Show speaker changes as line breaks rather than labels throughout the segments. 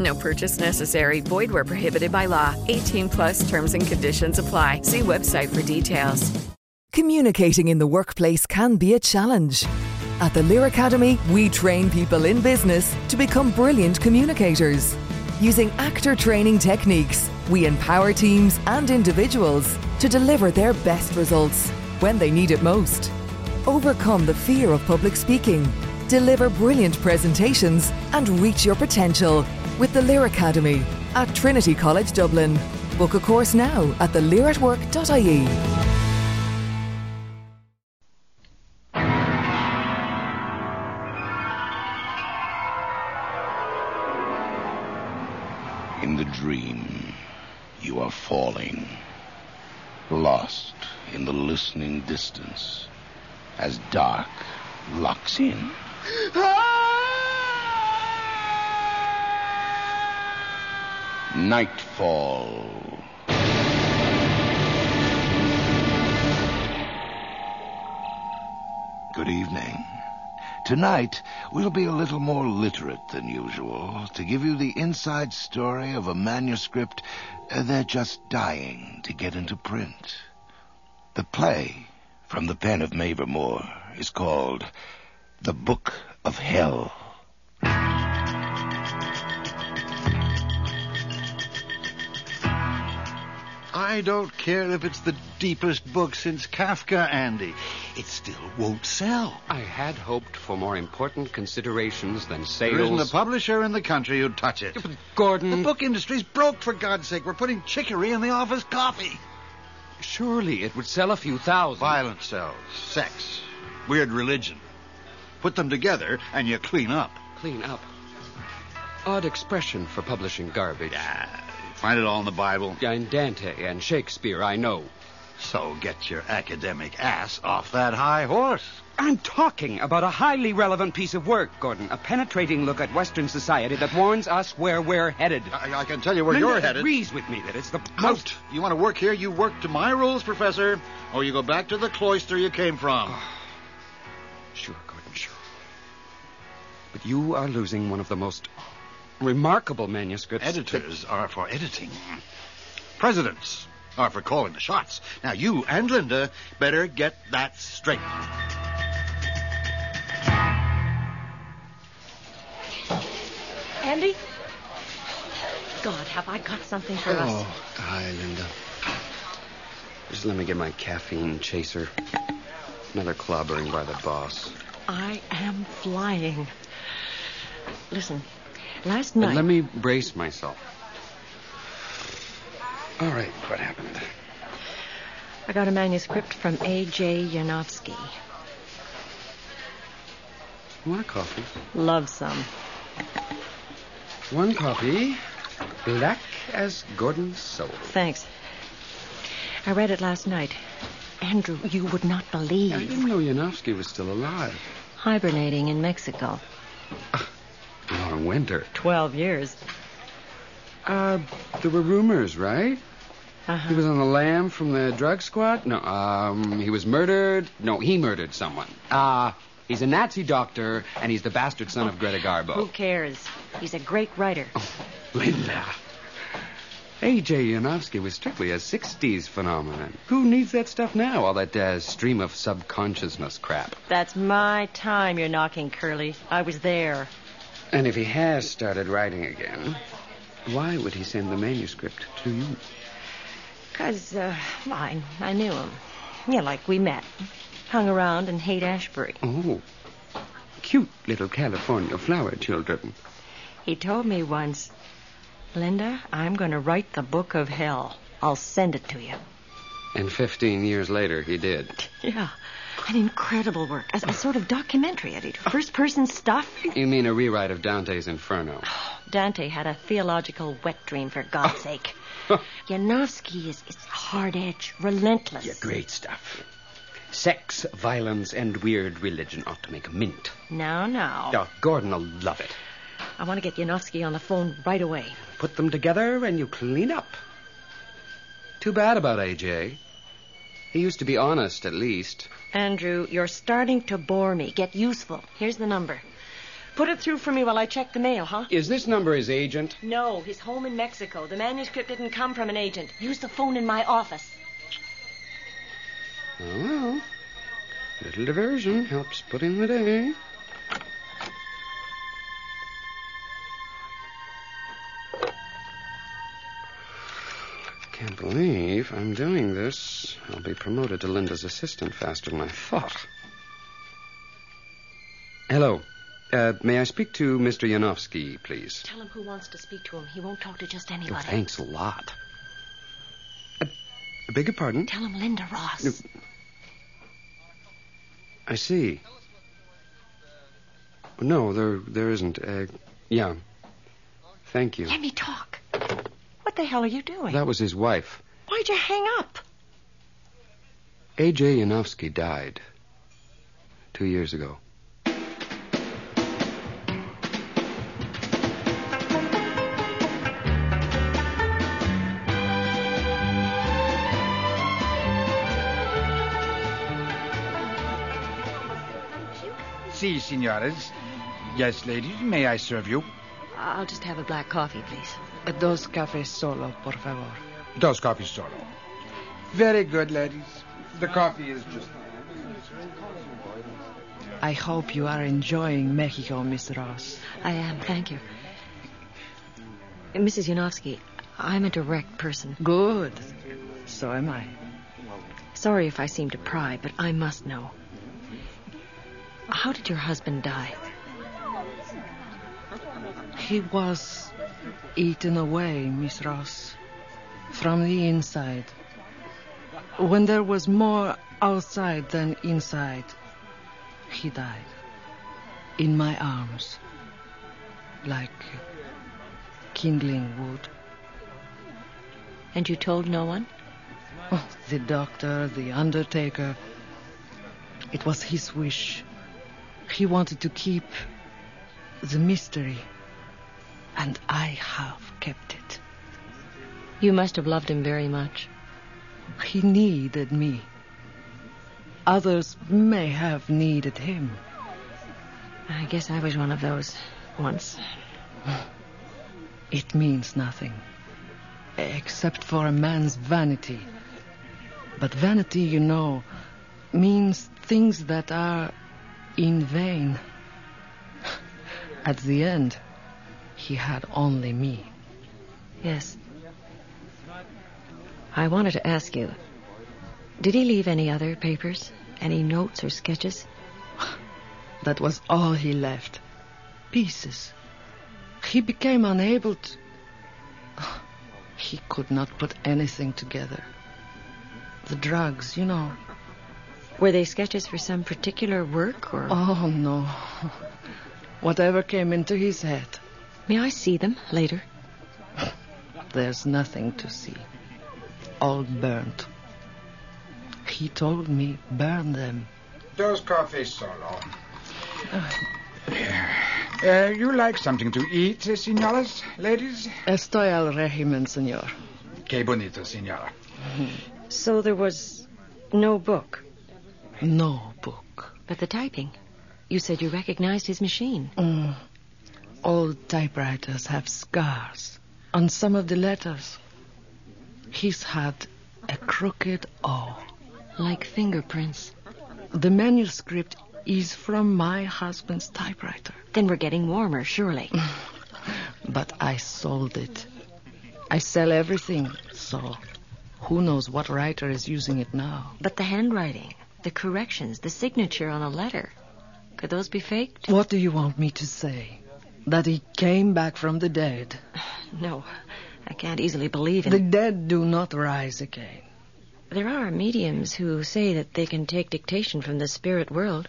No purchase necessary. Void where prohibited by law. 18 plus terms and conditions apply. See website for details.
Communicating in the workplace can be a challenge. At the Lear Academy, we train people in business to become brilliant communicators. Using actor training techniques, we empower teams and individuals to deliver their best results when they need it most. Overcome the fear of public speaking, deliver brilliant presentations, and reach your potential with the Lear Academy at Trinity College Dublin. Book a course now at thelearatwork.ie.
In the dream, you are falling, lost in the listening distance as dark locks in. Nightfall. Good evening. Tonight, we'll be a little more literate than usual to give you the inside story of a manuscript uh, they're just dying to get into print. The play, from the pen of Mavermore, is called The Book of Hell.
I don't care if it's the deepest book since Kafka, Andy. It still won't sell.
I had hoped for more important considerations than
There isn't a
sales.
publisher in the country who'd touch it. But
Gordon-
The book industry's broke, for God's sake. We're putting chicory in the office coffee.
Surely it would sell a few thousand.
Violence sells, sex, weird religion. Put them together, and you clean up.
Clean up. Odd expression for publishing garbage.
Find it all in the Bible.
And Dante and Shakespeare, I know.
So get your academic ass off that high horse.
I'm talking about a highly relevant piece of work, Gordon. A penetrating look at Western society that warns us where we're headed.
I, I can tell you where
Linda
you're headed.
agrees with me that it's the
Out! You want to work here? You work to my rules, Professor, or you go back to the cloister you came from.
Sure, Gordon, sure. But you are losing one of the most remarkable manuscripts.
Editors are for editing. Presidents are for calling the shots. Now, you and Linda better get that straight.
Andy? God, have I got something for us?
Oh, hi, Linda. Just let me get my caffeine chaser. Another clobbering by the boss.
I am flying. Listen, last
And
night.
let me brace myself. All right, what happened?
I got a manuscript from A.J. Yanofsky.
You want a coffee?
Love some.
One coffee, black as Gordon's soul.
Thanks. I read it last night. Andrew, you would not
I
believe.
didn't know Yanofsky was still alive.
Hibernating in Mexico.
Long winter.
Twelve years.
Uh, there were rumors, right?
Uh-huh.
He was on the lam from the drug squad? No, um, he was murdered. No, he murdered someone. Uh, he's a Nazi doctor, and he's the bastard son of Greta
Who
Garbo.
cares? He's a great writer.
Oh. Linda. A.J. Yanofsky was strictly a 60s phenomenon. Who needs that stuff now? All that uh, stream of subconsciousness crap.
That's my time you're knocking, Curly. I was there.
And if he has started writing again, why would he send the manuscript to you?
Because, uh, I, I knew him. Yeah, like we met. Hung around in Haight Ashbury.
Oh, cute little California flower children.
He told me once, Linda, I'm going to write the book of hell. I'll send it to you.
And 15 years later, he did.
Yeah. An incredible work. A, a sort of documentary, editor. First person stuff.
You mean a rewrite of Dante's Inferno?
Dante had a theological wet dream, for God's sake. Yanofsky is, is hard edge, relentless.
Yeah, great stuff. Sex, violence, and weird religion ought to make a mint.
Now, now.
Oh, Gordon will love it.
I want to get Yanofsky on the phone right away.
Put them together and you clean up. Too bad about AJ. He used to be honest, at least.
Andrew, you're starting to bore me. Get useful. Here's the number. Put it through for me while I check the mail, huh?
Is this number his agent?
No, he's home in Mexico. The manuscript didn't come from an agent. Use the phone in my office.
Oh, little diversion helps put in the day. Can't believe I'm doing this. I'll be promoted to Linda's assistant faster than I thought. Hello. Uh, may I speak to Mr. Yanofsky, please?
Tell him who wants to speak to him. He won't talk to just
Oh,
anybody.
thanks a lot. Uh, I beg your pardon?
Tell him Linda Ross.
I see. No, there there isn't. Uh, yeah. Thank you.
Let me talk. What the hell are you doing?
That was his wife.
Why'd you hang up?
A.J. Yanofsky died two years ago.
Si, senores. Yes, ladies, may I serve you?
I'll just have a black coffee, please.
Dos cafés solo, por favor.
Dos coffees solo. Very good, ladies. The coffee is just.
I hope you are enjoying Mexico, Miss Ross.
I am, thank you. Mrs. Yanofsky, I'm a direct person.
Good. So am I.
Sorry if I seem to pry, but I must know. How did your husband die?
He was eaten away, Miss Ross, from the inside. When there was more outside than inside, he died. In my arms. Like kindling wood.
And you told no one?
Oh, The doctor, the undertaker. It was his wish. He wanted to keep the mystery. And I have kept it.
You must have loved him very much.
He needed me. Others may have needed him.
I guess I was one of those once.
It means nothing. Except for a man's vanity. But vanity, you know, means things that are in vain. At the end, he had only me.
Yes. I wanted to ask you did he leave any other papers? Any notes or sketches?
That was all he left. Pieces. He became unable to. He could not put anything together. The drugs, you know.
Were they sketches for some particular work or.
Oh, no. Whatever came into his head.
May I see them later?
There's nothing to see. All burnt. He told me burn them.
Dos coffees solo. Uh, you like something to eat, eh, senores, ladies?
Estoy al régimen, señor.
Que bonito, senora.
So there was no book.
No book.
But the typing. You said you recognized his machine.
Mm. Old typewriters have scars on some of the letters. He's had a crooked O.
Like fingerprints.
The manuscript is from my husband's typewriter.
Then we're getting warmer, surely.
But I sold it. I sell everything, so Who knows what writer is using it now?
But the handwriting, the corrections, the signature on a letter. Could those be faked?
What do you want me to say? That he came back from the dead.
No, I can't easily believe it.
The dead do not rise again.
There are mediums who say that they can take dictation from the spirit world.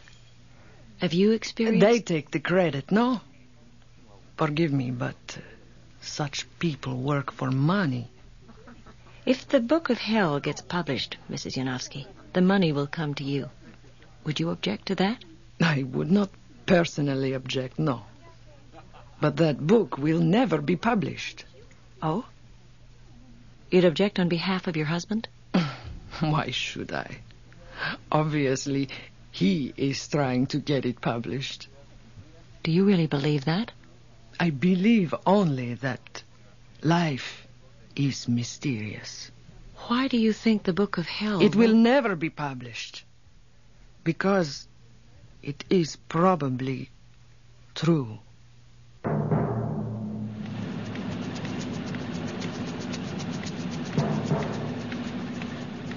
Have you experienced?
They take the credit, no? Forgive me, but uh, such people work for money.
If the Book of Hell gets published, Mrs. Yanofsky, the money will come to you. Would you object to that?
I would not personally object, no. But that book will never be published.
Oh? You'd object on behalf of your husband?
Why should I? Obviously, he is trying to get it published.
Do you really believe that?
I believe only that life is mysterious.
Why do you think the Book of Hell.
It will never be published. Because it is probably true.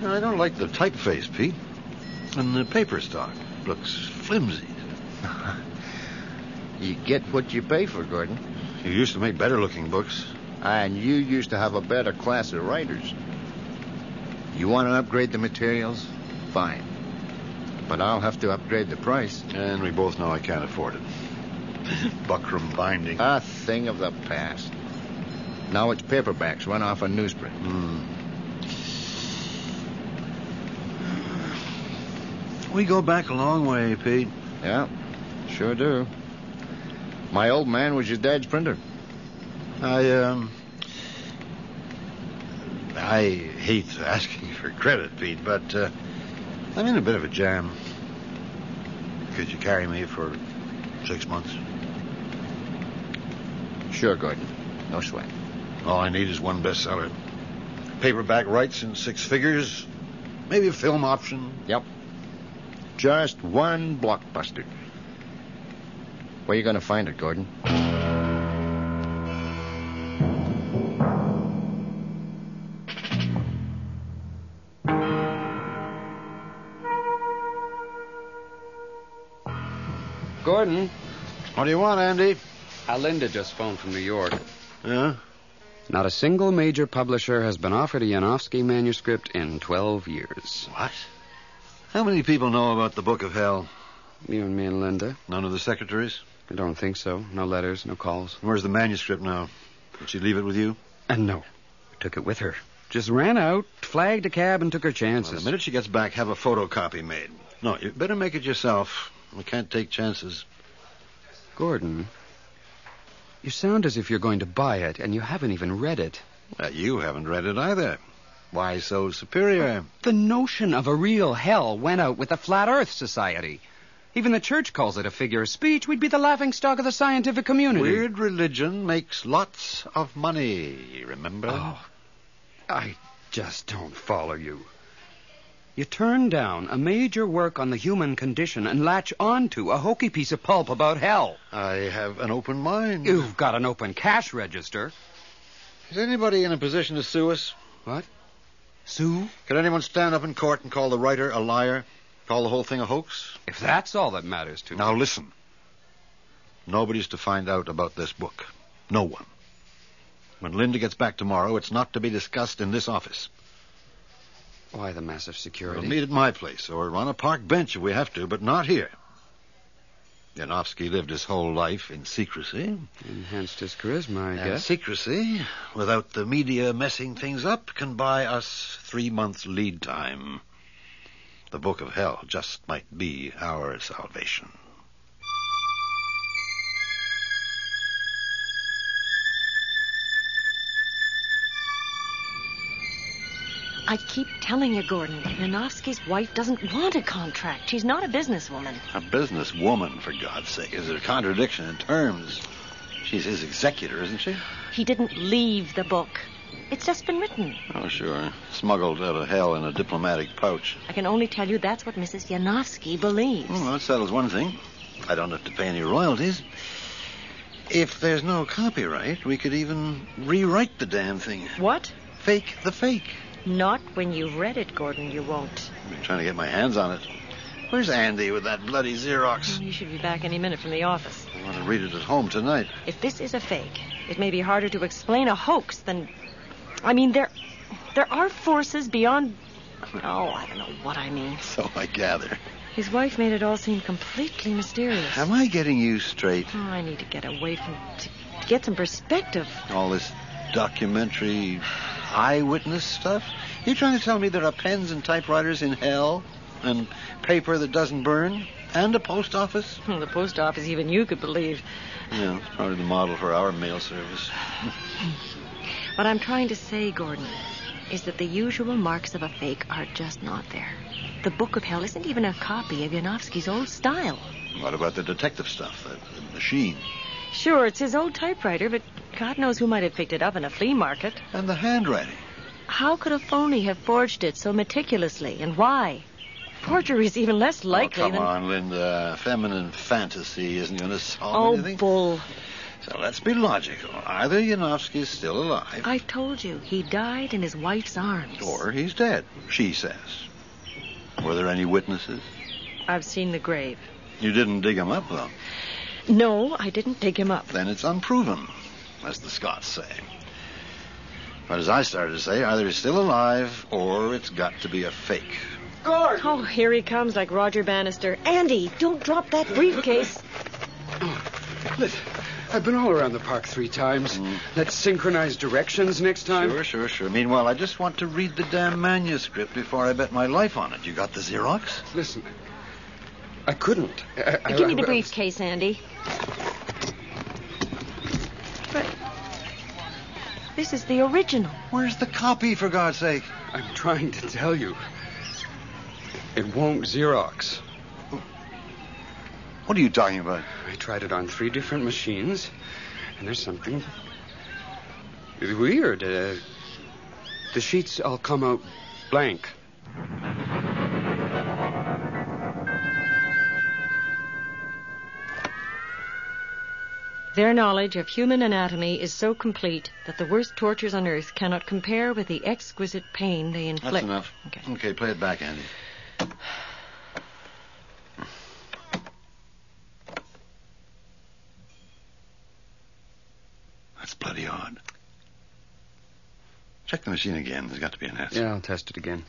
I don't like the typeface, Pete. And the paper stock looks flimsy.
You get what you pay for, Gordon.
You used to make better looking books.
And you used to have a better class of writers. You want to upgrade the materials? Fine. But I'll have to upgrade the price.
And we both know I can't afford it. Buckram binding.
A thing of the past. Now it's paperbacks run off a newsprint.
We go back a long way, Pete.
Yeah, sure do. My old man was your dad's printer.
I, um. I hate asking for credit, Pete, but uh, I'm in a bit of a jam. Could you carry me for six months?
Sure, Gordon. No sweat.
All I need is one bestseller. Paperback rights in six figures. Maybe a film option.
Yep. Just one blockbuster. Where you going to find it, Gordon?
Gordon,
What do you want, Andy?
Alinda just phoned from New York.
Yeah?
Not a single major publisher has been offered a Yanofsky manuscript in 12 years.
What? How many people know about the Book of Hell?
You and me and Linda.
None of the secretaries?
I don't think so. No letters, no calls.
Where's the manuscript now? Did she leave it with you?
And no. Took it with her. Just ran out, flagged a cab, and took her chances.
Well, the minute she gets back, have a photocopy made. No, you better make it yourself. We can't take chances.
Gordon, you sound as if you're going to buy it, and you haven't even read it.
Uh, you haven't read it either. Why so superior?
The notion of a real hell went out with the Flat Earth Society. Even the church calls it a figure of speech. We'd be the laughingstock of the scientific community.
Weird religion makes lots of money, remember?
Oh, I just don't follow you. You turn down a major work on the human condition and latch onto a hokey piece of pulp about hell.
I have an open mind.
You've got an open cash register.
Is anybody in a position to sue us?
What? Sue?
Could anyone stand up in court and call the writer a liar? Call the whole thing a hoax?
If that's all that matters to
Now listen. Nobody's to find out about this book. No one. When Linda gets back tomorrow, it's not to be discussed in this office.
Why the massive security?
We'll meet at my place or on a park bench if we have to, but not here. Yanofsky lived his whole life in secrecy.
Enhanced his charisma, I
And
guess.
secrecy, without the media messing things up, can buy us three months lead time. The Book of Hell just might be our salvation.
I keep telling you, Gordon, Yanofsky's wife doesn't want a contract. She's not a businesswoman.
A businesswoman, for God's sake, is a contradiction in terms. She's his executor, isn't she?
He didn't leave the book. It's just been written.
Oh, sure. Smuggled out of hell in a diplomatic pouch.
I can only tell you that's what Mrs. Yanofsky believes.
Hmm, Well, that settles one thing. I don't have to pay any royalties. If there's no copyright, we could even rewrite the damn thing.
What?
Fake the fake.
Not when you've read it, Gordon, you won't.
I've been trying to get my hands on it. Where's Andy with that bloody Xerox?
You should be back any minute from the office.
I want to read it at home tonight.
If this is a fake, it may be harder to explain a hoax than. I mean, there, there are forces beyond. Oh, I don't know what I mean.
So I gather.
His wife made it all seem completely mysterious.
Am I getting you straight?
Oh, I need to get away from. to get some perspective.
All this documentary eyewitness stuff? You trying to tell me there are pens and typewriters in hell? And paper that doesn't burn? And a post office?
The post office, even you could believe.
Yeah, it's probably the model for our mail service.
What I'm trying to say, Gordon, is that the usual marks of a fake are just not there. The Book of Hell isn't even a copy of Yanofsky's old style.
What about the detective stuff? The, the machine?
Sure, it's his old typewriter, but God knows who might have picked it up in a flea market.
And the handwriting?
How could a phony have forged it so meticulously, and why? Forgery is even less likely
oh, come
than.
on, Linda. Feminine fantasy isn't going to solve
Oh,
anything.
bull.
So let's be logical. Either Yanofsky's still alive,
I've told you, he died in his wife's arms.
or he's dead, she says. Were there any witnesses?
I've seen the grave.
You didn't dig him up, though.
No, I didn't dig him up.
Then it's unproven, as the Scots say. But as I started to say, either he's still alive, or it's got to be a fake.
Gordon! Oh, here he comes like Roger Bannister. Andy, don't drop that briefcase.
Listen, I've been all around the park three times. Let's synchronize directions next time.
Mm. Sure, sure, sure. Meanwhile, I just want to read the damn manuscript before I bet my life on it. You got the Xerox?
Listen, I couldn't. I, I-
Give me the
I-
briefcase, Andy. But this is the original.
Where's the copy, for God's sake?
I'm trying to tell you. It won't Xerox.
What are you talking about?
I tried it on three different machines, and there's something weird. Uh, the sheets all come out blank.
Their knowledge of human anatomy is so complete that the worst tortures on earth cannot compare with the exquisite pain they
That's
inflict.
enough. Okay. play it back, Andy. That's bloody odd. Check the machine again. There's got to be an S.
Yeah, I'll test it again.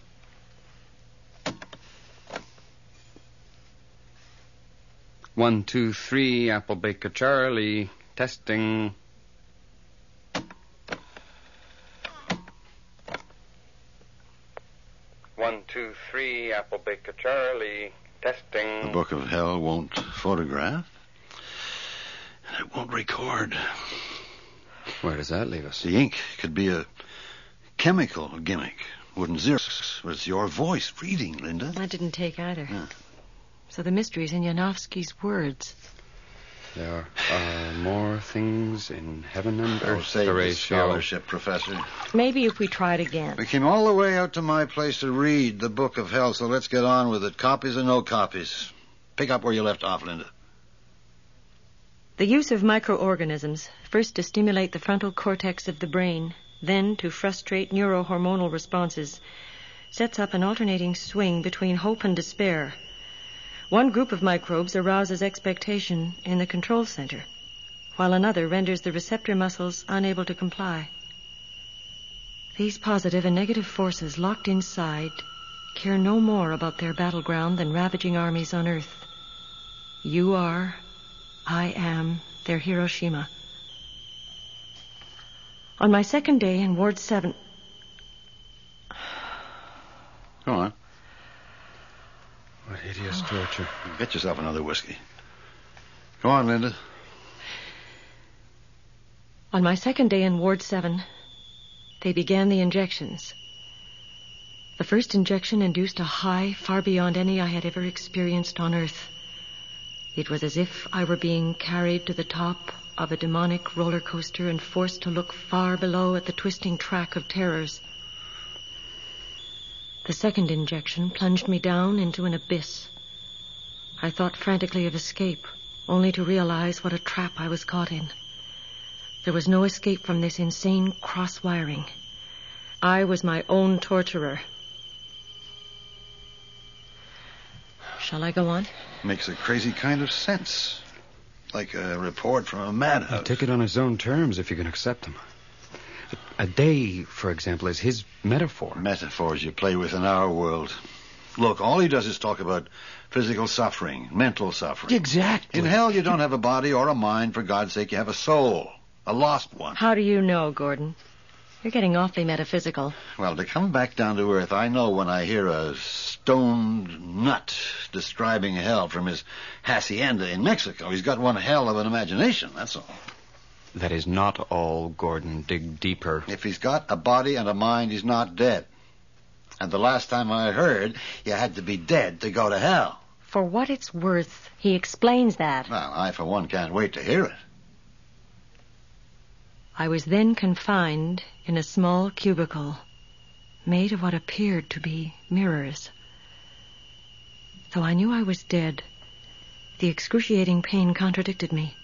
One, two, three, Apple Baker Charlie. Testing. One, two, three, Apple Baker Charlie. Testing.
The Book of Hell won't photograph. And it won't record.
Where does that leave us?
The ink could be a chemical gimmick. Wouldn't zero. It's your voice reading, Linda.
I didn't take either. So the mystery's in Yanofsky's words.
There are uh, more things in heaven and
Oh,
earth.
save the
Horatio.
scholarship, Professor.
Maybe if we tried again.
We came all the way out to my place to read the Book of Hell, so let's get on with it. Copies or no copies. Pick up where you left off, Linda.
The use of microorganisms, first to stimulate the frontal cortex of the brain, then to frustrate neurohormonal responses, sets up an alternating swing between hope and despair. One group of microbes arouses expectation in the control center, while another renders the receptor muscles unable to comply. These positive and negative forces locked inside care no more about their battleground than ravaging armies on Earth. You are I am their Hiroshima. On my second day in Ward 7,
Go on.
What hideous torture.
Get yourself another whiskey. Go on, Linda.
on my second day in Ward 7, they began the injections. The first injection induced a high far beyond any I had ever experienced on Earth. It was as if I were being carried to the top of a demonic roller coaster and forced to look far below at the twisting track of terrors. The second injection plunged me down into an abyss. I thought frantically of escape, only to realize what a trap I was caught in. There was no escape from this insane cross wiring. I was my own torturer. Shall I go on?
Makes a crazy kind of sense. Like a report from a madhouse.
He took it on his own terms if you can accept them. A day, for example, is his metaphor.
Metaphors you play with in our world. Look, all he does is talk about physical suffering, mental suffering.
Exactly.
In hell, you don't have a body or a mind. For God's sake, you have a soul, a lost one.
How do you know, Gordon? You're getting awfully metaphysical.
Well, to come back down to earth, I know when I hear a stoned nut describing hell from his hacienda in Mexico. He's got one hell of an imagination, that's all.
That is not all, Gordon. Dig deeper.
If he's got a body and a mind, he's not dead. And the last time I heard, you had to be dead to go to hell.
For what it's worth, he explains that.
Well, I, for one, can't wait to hear it.
I was then confined in a small cubicle made of what appeared to be mirrors. Though I knew I was dead, the excruciating pain contradicted me.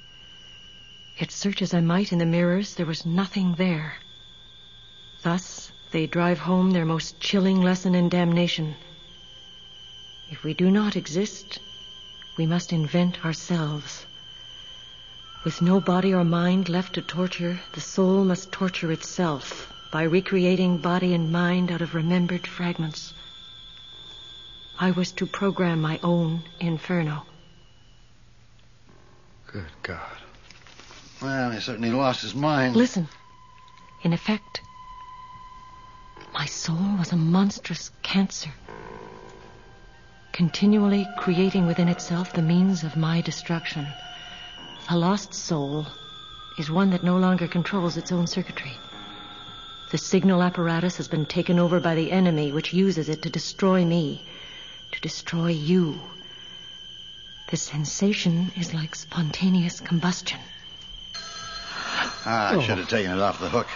Yet search as I might in the mirrors, there was nothing there. Thus, they drive home their most chilling lesson in damnation. If we do not exist, we must invent ourselves. With no body or mind left to torture, the soul must torture itself by recreating body and mind out of remembered fragments. I was to program my own inferno.
Good God.
Well, he certainly lost his mind.
Listen. In effect, my soul was a monstrous cancer, continually creating within itself the means of my destruction. A lost soul is one that no longer controls its own circuitry. The signal apparatus has been taken over by the enemy, which uses it to destroy me, to destroy you. The sensation is like spontaneous combustion.
Ah, I should have taken it off the hook.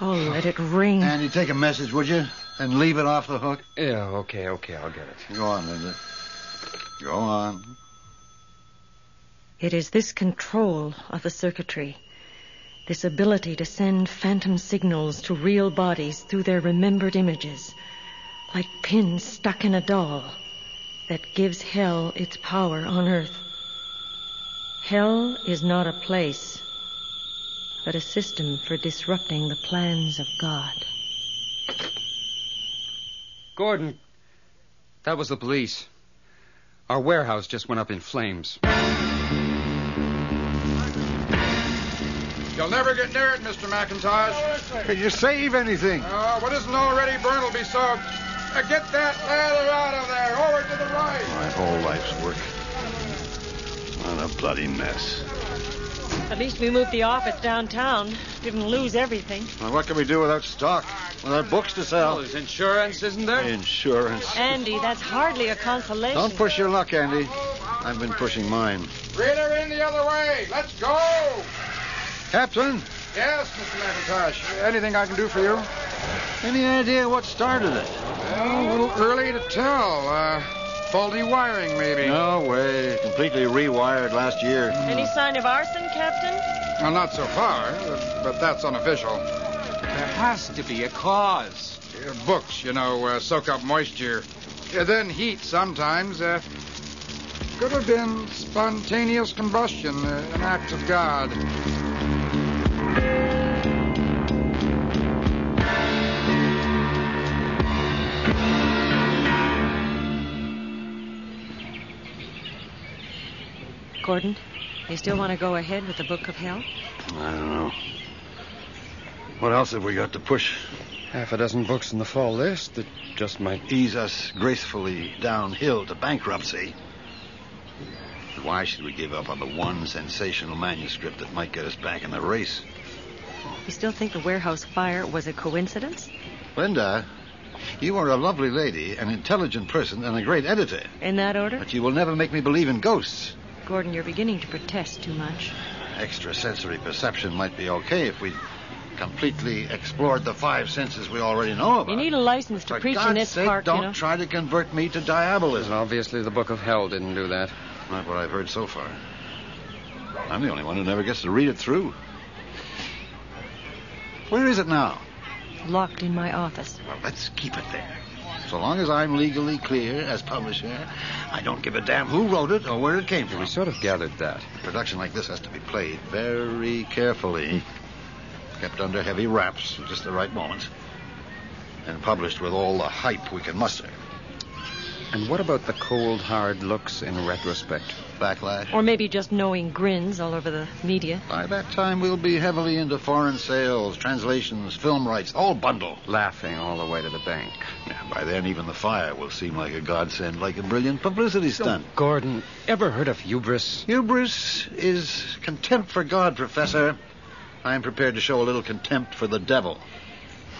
Oh, let it ring.
Andy, take a message, would you? And leave it off the hook.
Yeah, okay, okay, I'll get it.
Go on, Linda. Go on.
It is this control of the circuitry, this ability to send phantom signals to real bodies through their remembered images, like pins stuck in a doll, that gives hell its power on earth. Hell is not a place, but a system for disrupting the plans of God.
Gordon, that was the police. Our warehouse just went up in flames.
You'll never get near it, Mr. McIntosh.
Can you save anything?
Oh, what isn't already burned will be soaked. Now get that ladder out of there. Over to the right.
My whole life's work. What a bloody mess.
At least we moved the office downtown. Didn't lose everything.
Now, what can we do without stock? Without books to sell?
there's insurance, isn't there?
Insurance.
Andy, that's hardly a consolation.
Don't push your luck, Andy. I've been pushing mine.
Reader in the other way. Let's go.
Captain,
Yes, Mr. McIntosh. Anything I can do for you?
any idea what started it?
Well, a little early to tell. Uh, faulty wiring, maybe.
No way. Completely rewired last year.
Any sign of arson, Captain?
Well, not so far, but- but that's unofficial.
There has to be a cause.
Uh, books, you know, uh, soak up moisture. Uh, then heat sometimes. Uh, could have been spontaneous combustion, uh, an act of God.
Gordon, you still want to go ahead with the Book of Hell?
I don't know. What else have we got to push?
Half a dozen books in the fall list that just might.
Ease us gracefully downhill to bankruptcy. Why should we give up on the one sensational manuscript that might get us back in the race?
You still think the warehouse fire was a coincidence?
Linda, you are a lovely lady, an intelligent person, and a great editor.
In that order?
But you will never make me believe in ghosts.
Gordon, you're beginning to protest too much.
Extrasensory perception might be okay if we completely explored the five senses we already know about.
You need a license to
For
preach
God's
in this
sake,
park,
don't
you know.
try to convert me to diabolism.
Obviously, the Book of Hell didn't do that.
Not what I've heard so far. I'm the only one who never gets to read it through. Where is it now?
locked in my office.
Well, let's keep it there. So long as I'm legally clear as publisher, I don't give a damn who wrote it or where it came from. We
sort of gathered that.
A production like this has to be played very carefully, kept under heavy wraps at just the right moment, and published with all the hype we can muster.
And what about the cold, hard looks in retrospect?
Backlash?
Or maybe just knowing grins all over the media.
By that time, we'll be heavily into foreign sales, translations, film rights, all bundle.
Laughing all the way to the bank.
Yeah, by then, even the fire will seem like a godsend, like a brilliant publicity stunt.
Gordon, ever heard of hubris?
Hubris is contempt for God, Professor. I am prepared to show a little contempt for the devil.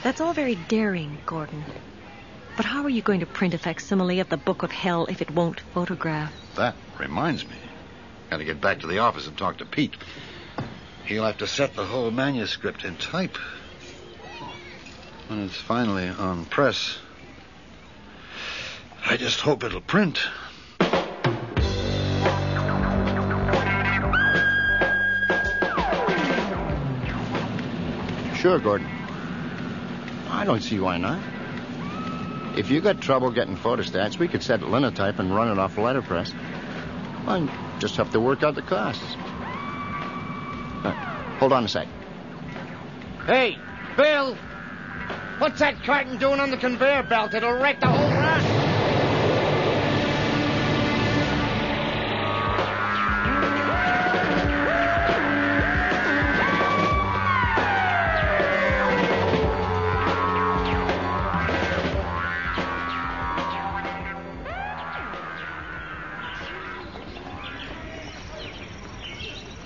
That's all very daring, Gordon. But how are you going to print a facsimile of the Book of Hell if it won't photograph?
That reminds me. Gotta get back to the office and talk to Pete. He'll have to set the whole manuscript in type. When it's finally on press. I just hope it'll print.
Sure, Gordon.
I don't see why not.
If you got trouble getting photostats, we could set linotype and run it off letterpress. I just have to work out the costs. Uh, hold on a sec.
Hey, Bill! What's that carton doing on the conveyor belt? It'll wreck the whole run.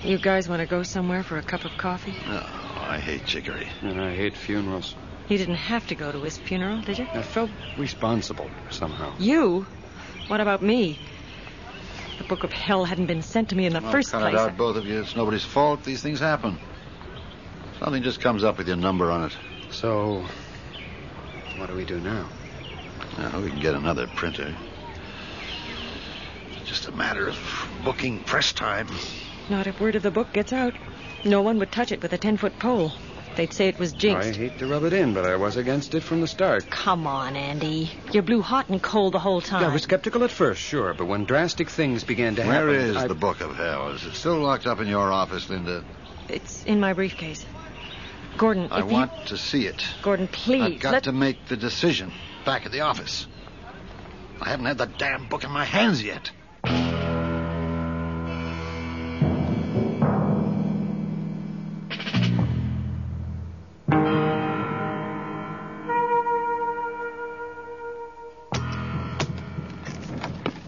You guys want to go somewhere for a cup of coffee?
Oh, I hate chicory.
And I hate funerals.
You didn't have to go to his funeral, did you?
I felt responsible somehow.
You? What about me? The Book of Hell hadn't been sent to me in the
Well,
first
cut
place.
it out, both of you. It's nobody's fault. These things happen. Something just comes up with your number on it.
So, what do we do now?
Now, we can get another printer. It's just a matter of booking press time.
Not if word of the book gets out. No one would touch it with a ten foot pole. They'd say it was
I
jinxed.
hate to rub it in, but I was against it from the start.
Come on, Andy. You blew hot and cold the whole time.
I was skeptical at first, sure, but when drastic things began to happen.
Where is
I-
the Book of Hell? Is it still locked up in your office, Linda?
It's in my briefcase. Gordon,
I
if
want to see it.
you. Gordon, please.
I've got
let-
to make the decision back at the office. I haven't had the damn book in my hands yet.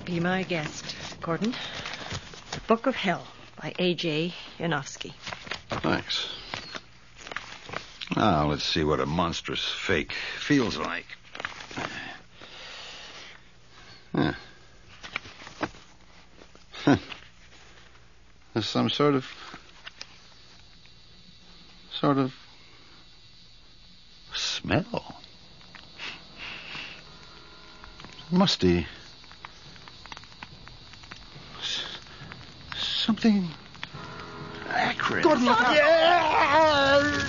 Be my guest, Gordon. The Book of Hell by A.J. Yanofsky.
Thanks. Now, let's see what a monstrous fake feels like. Huh. Huh. There's some sort of. sort of. smell. Musty. S- something. acrid.
Good luck.
Yeah!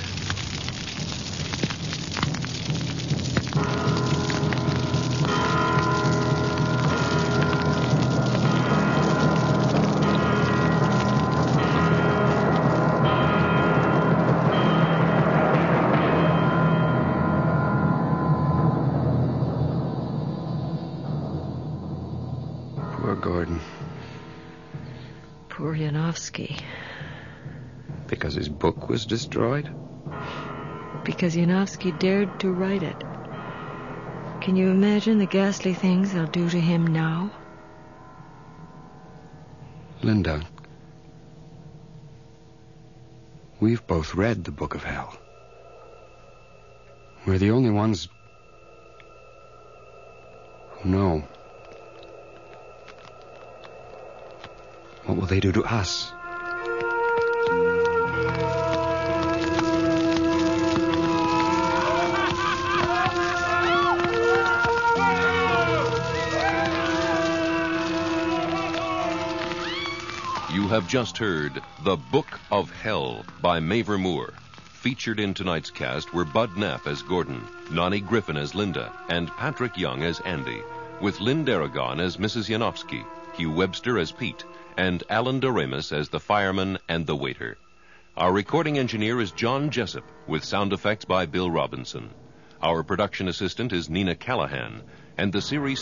Poor Gordon.
Poor Yanofsky.
Because his book was destroyed?
Because Yanofsky dared to write it. Can you imagine the ghastly things they'll do to him now?
Linda, we've both read the Book of Hell. We're the only ones who know. What will they do to us?
You have just heard The Book of Hell by Maver Moore,
Featured in tonight's cast were Bud Neff as Gordon, Nonnie Griffin as Linda, and Patrick Young as Andy, with Lynn Daragon as Mrs. Yanofsky, Hugh Webster as Pete, and Alan Doremus as the fireman and the waiter. Our recording engineer is John Jessup, with sound effects by Bill Robinson. Our production assistant is Nina Callahan, and the series.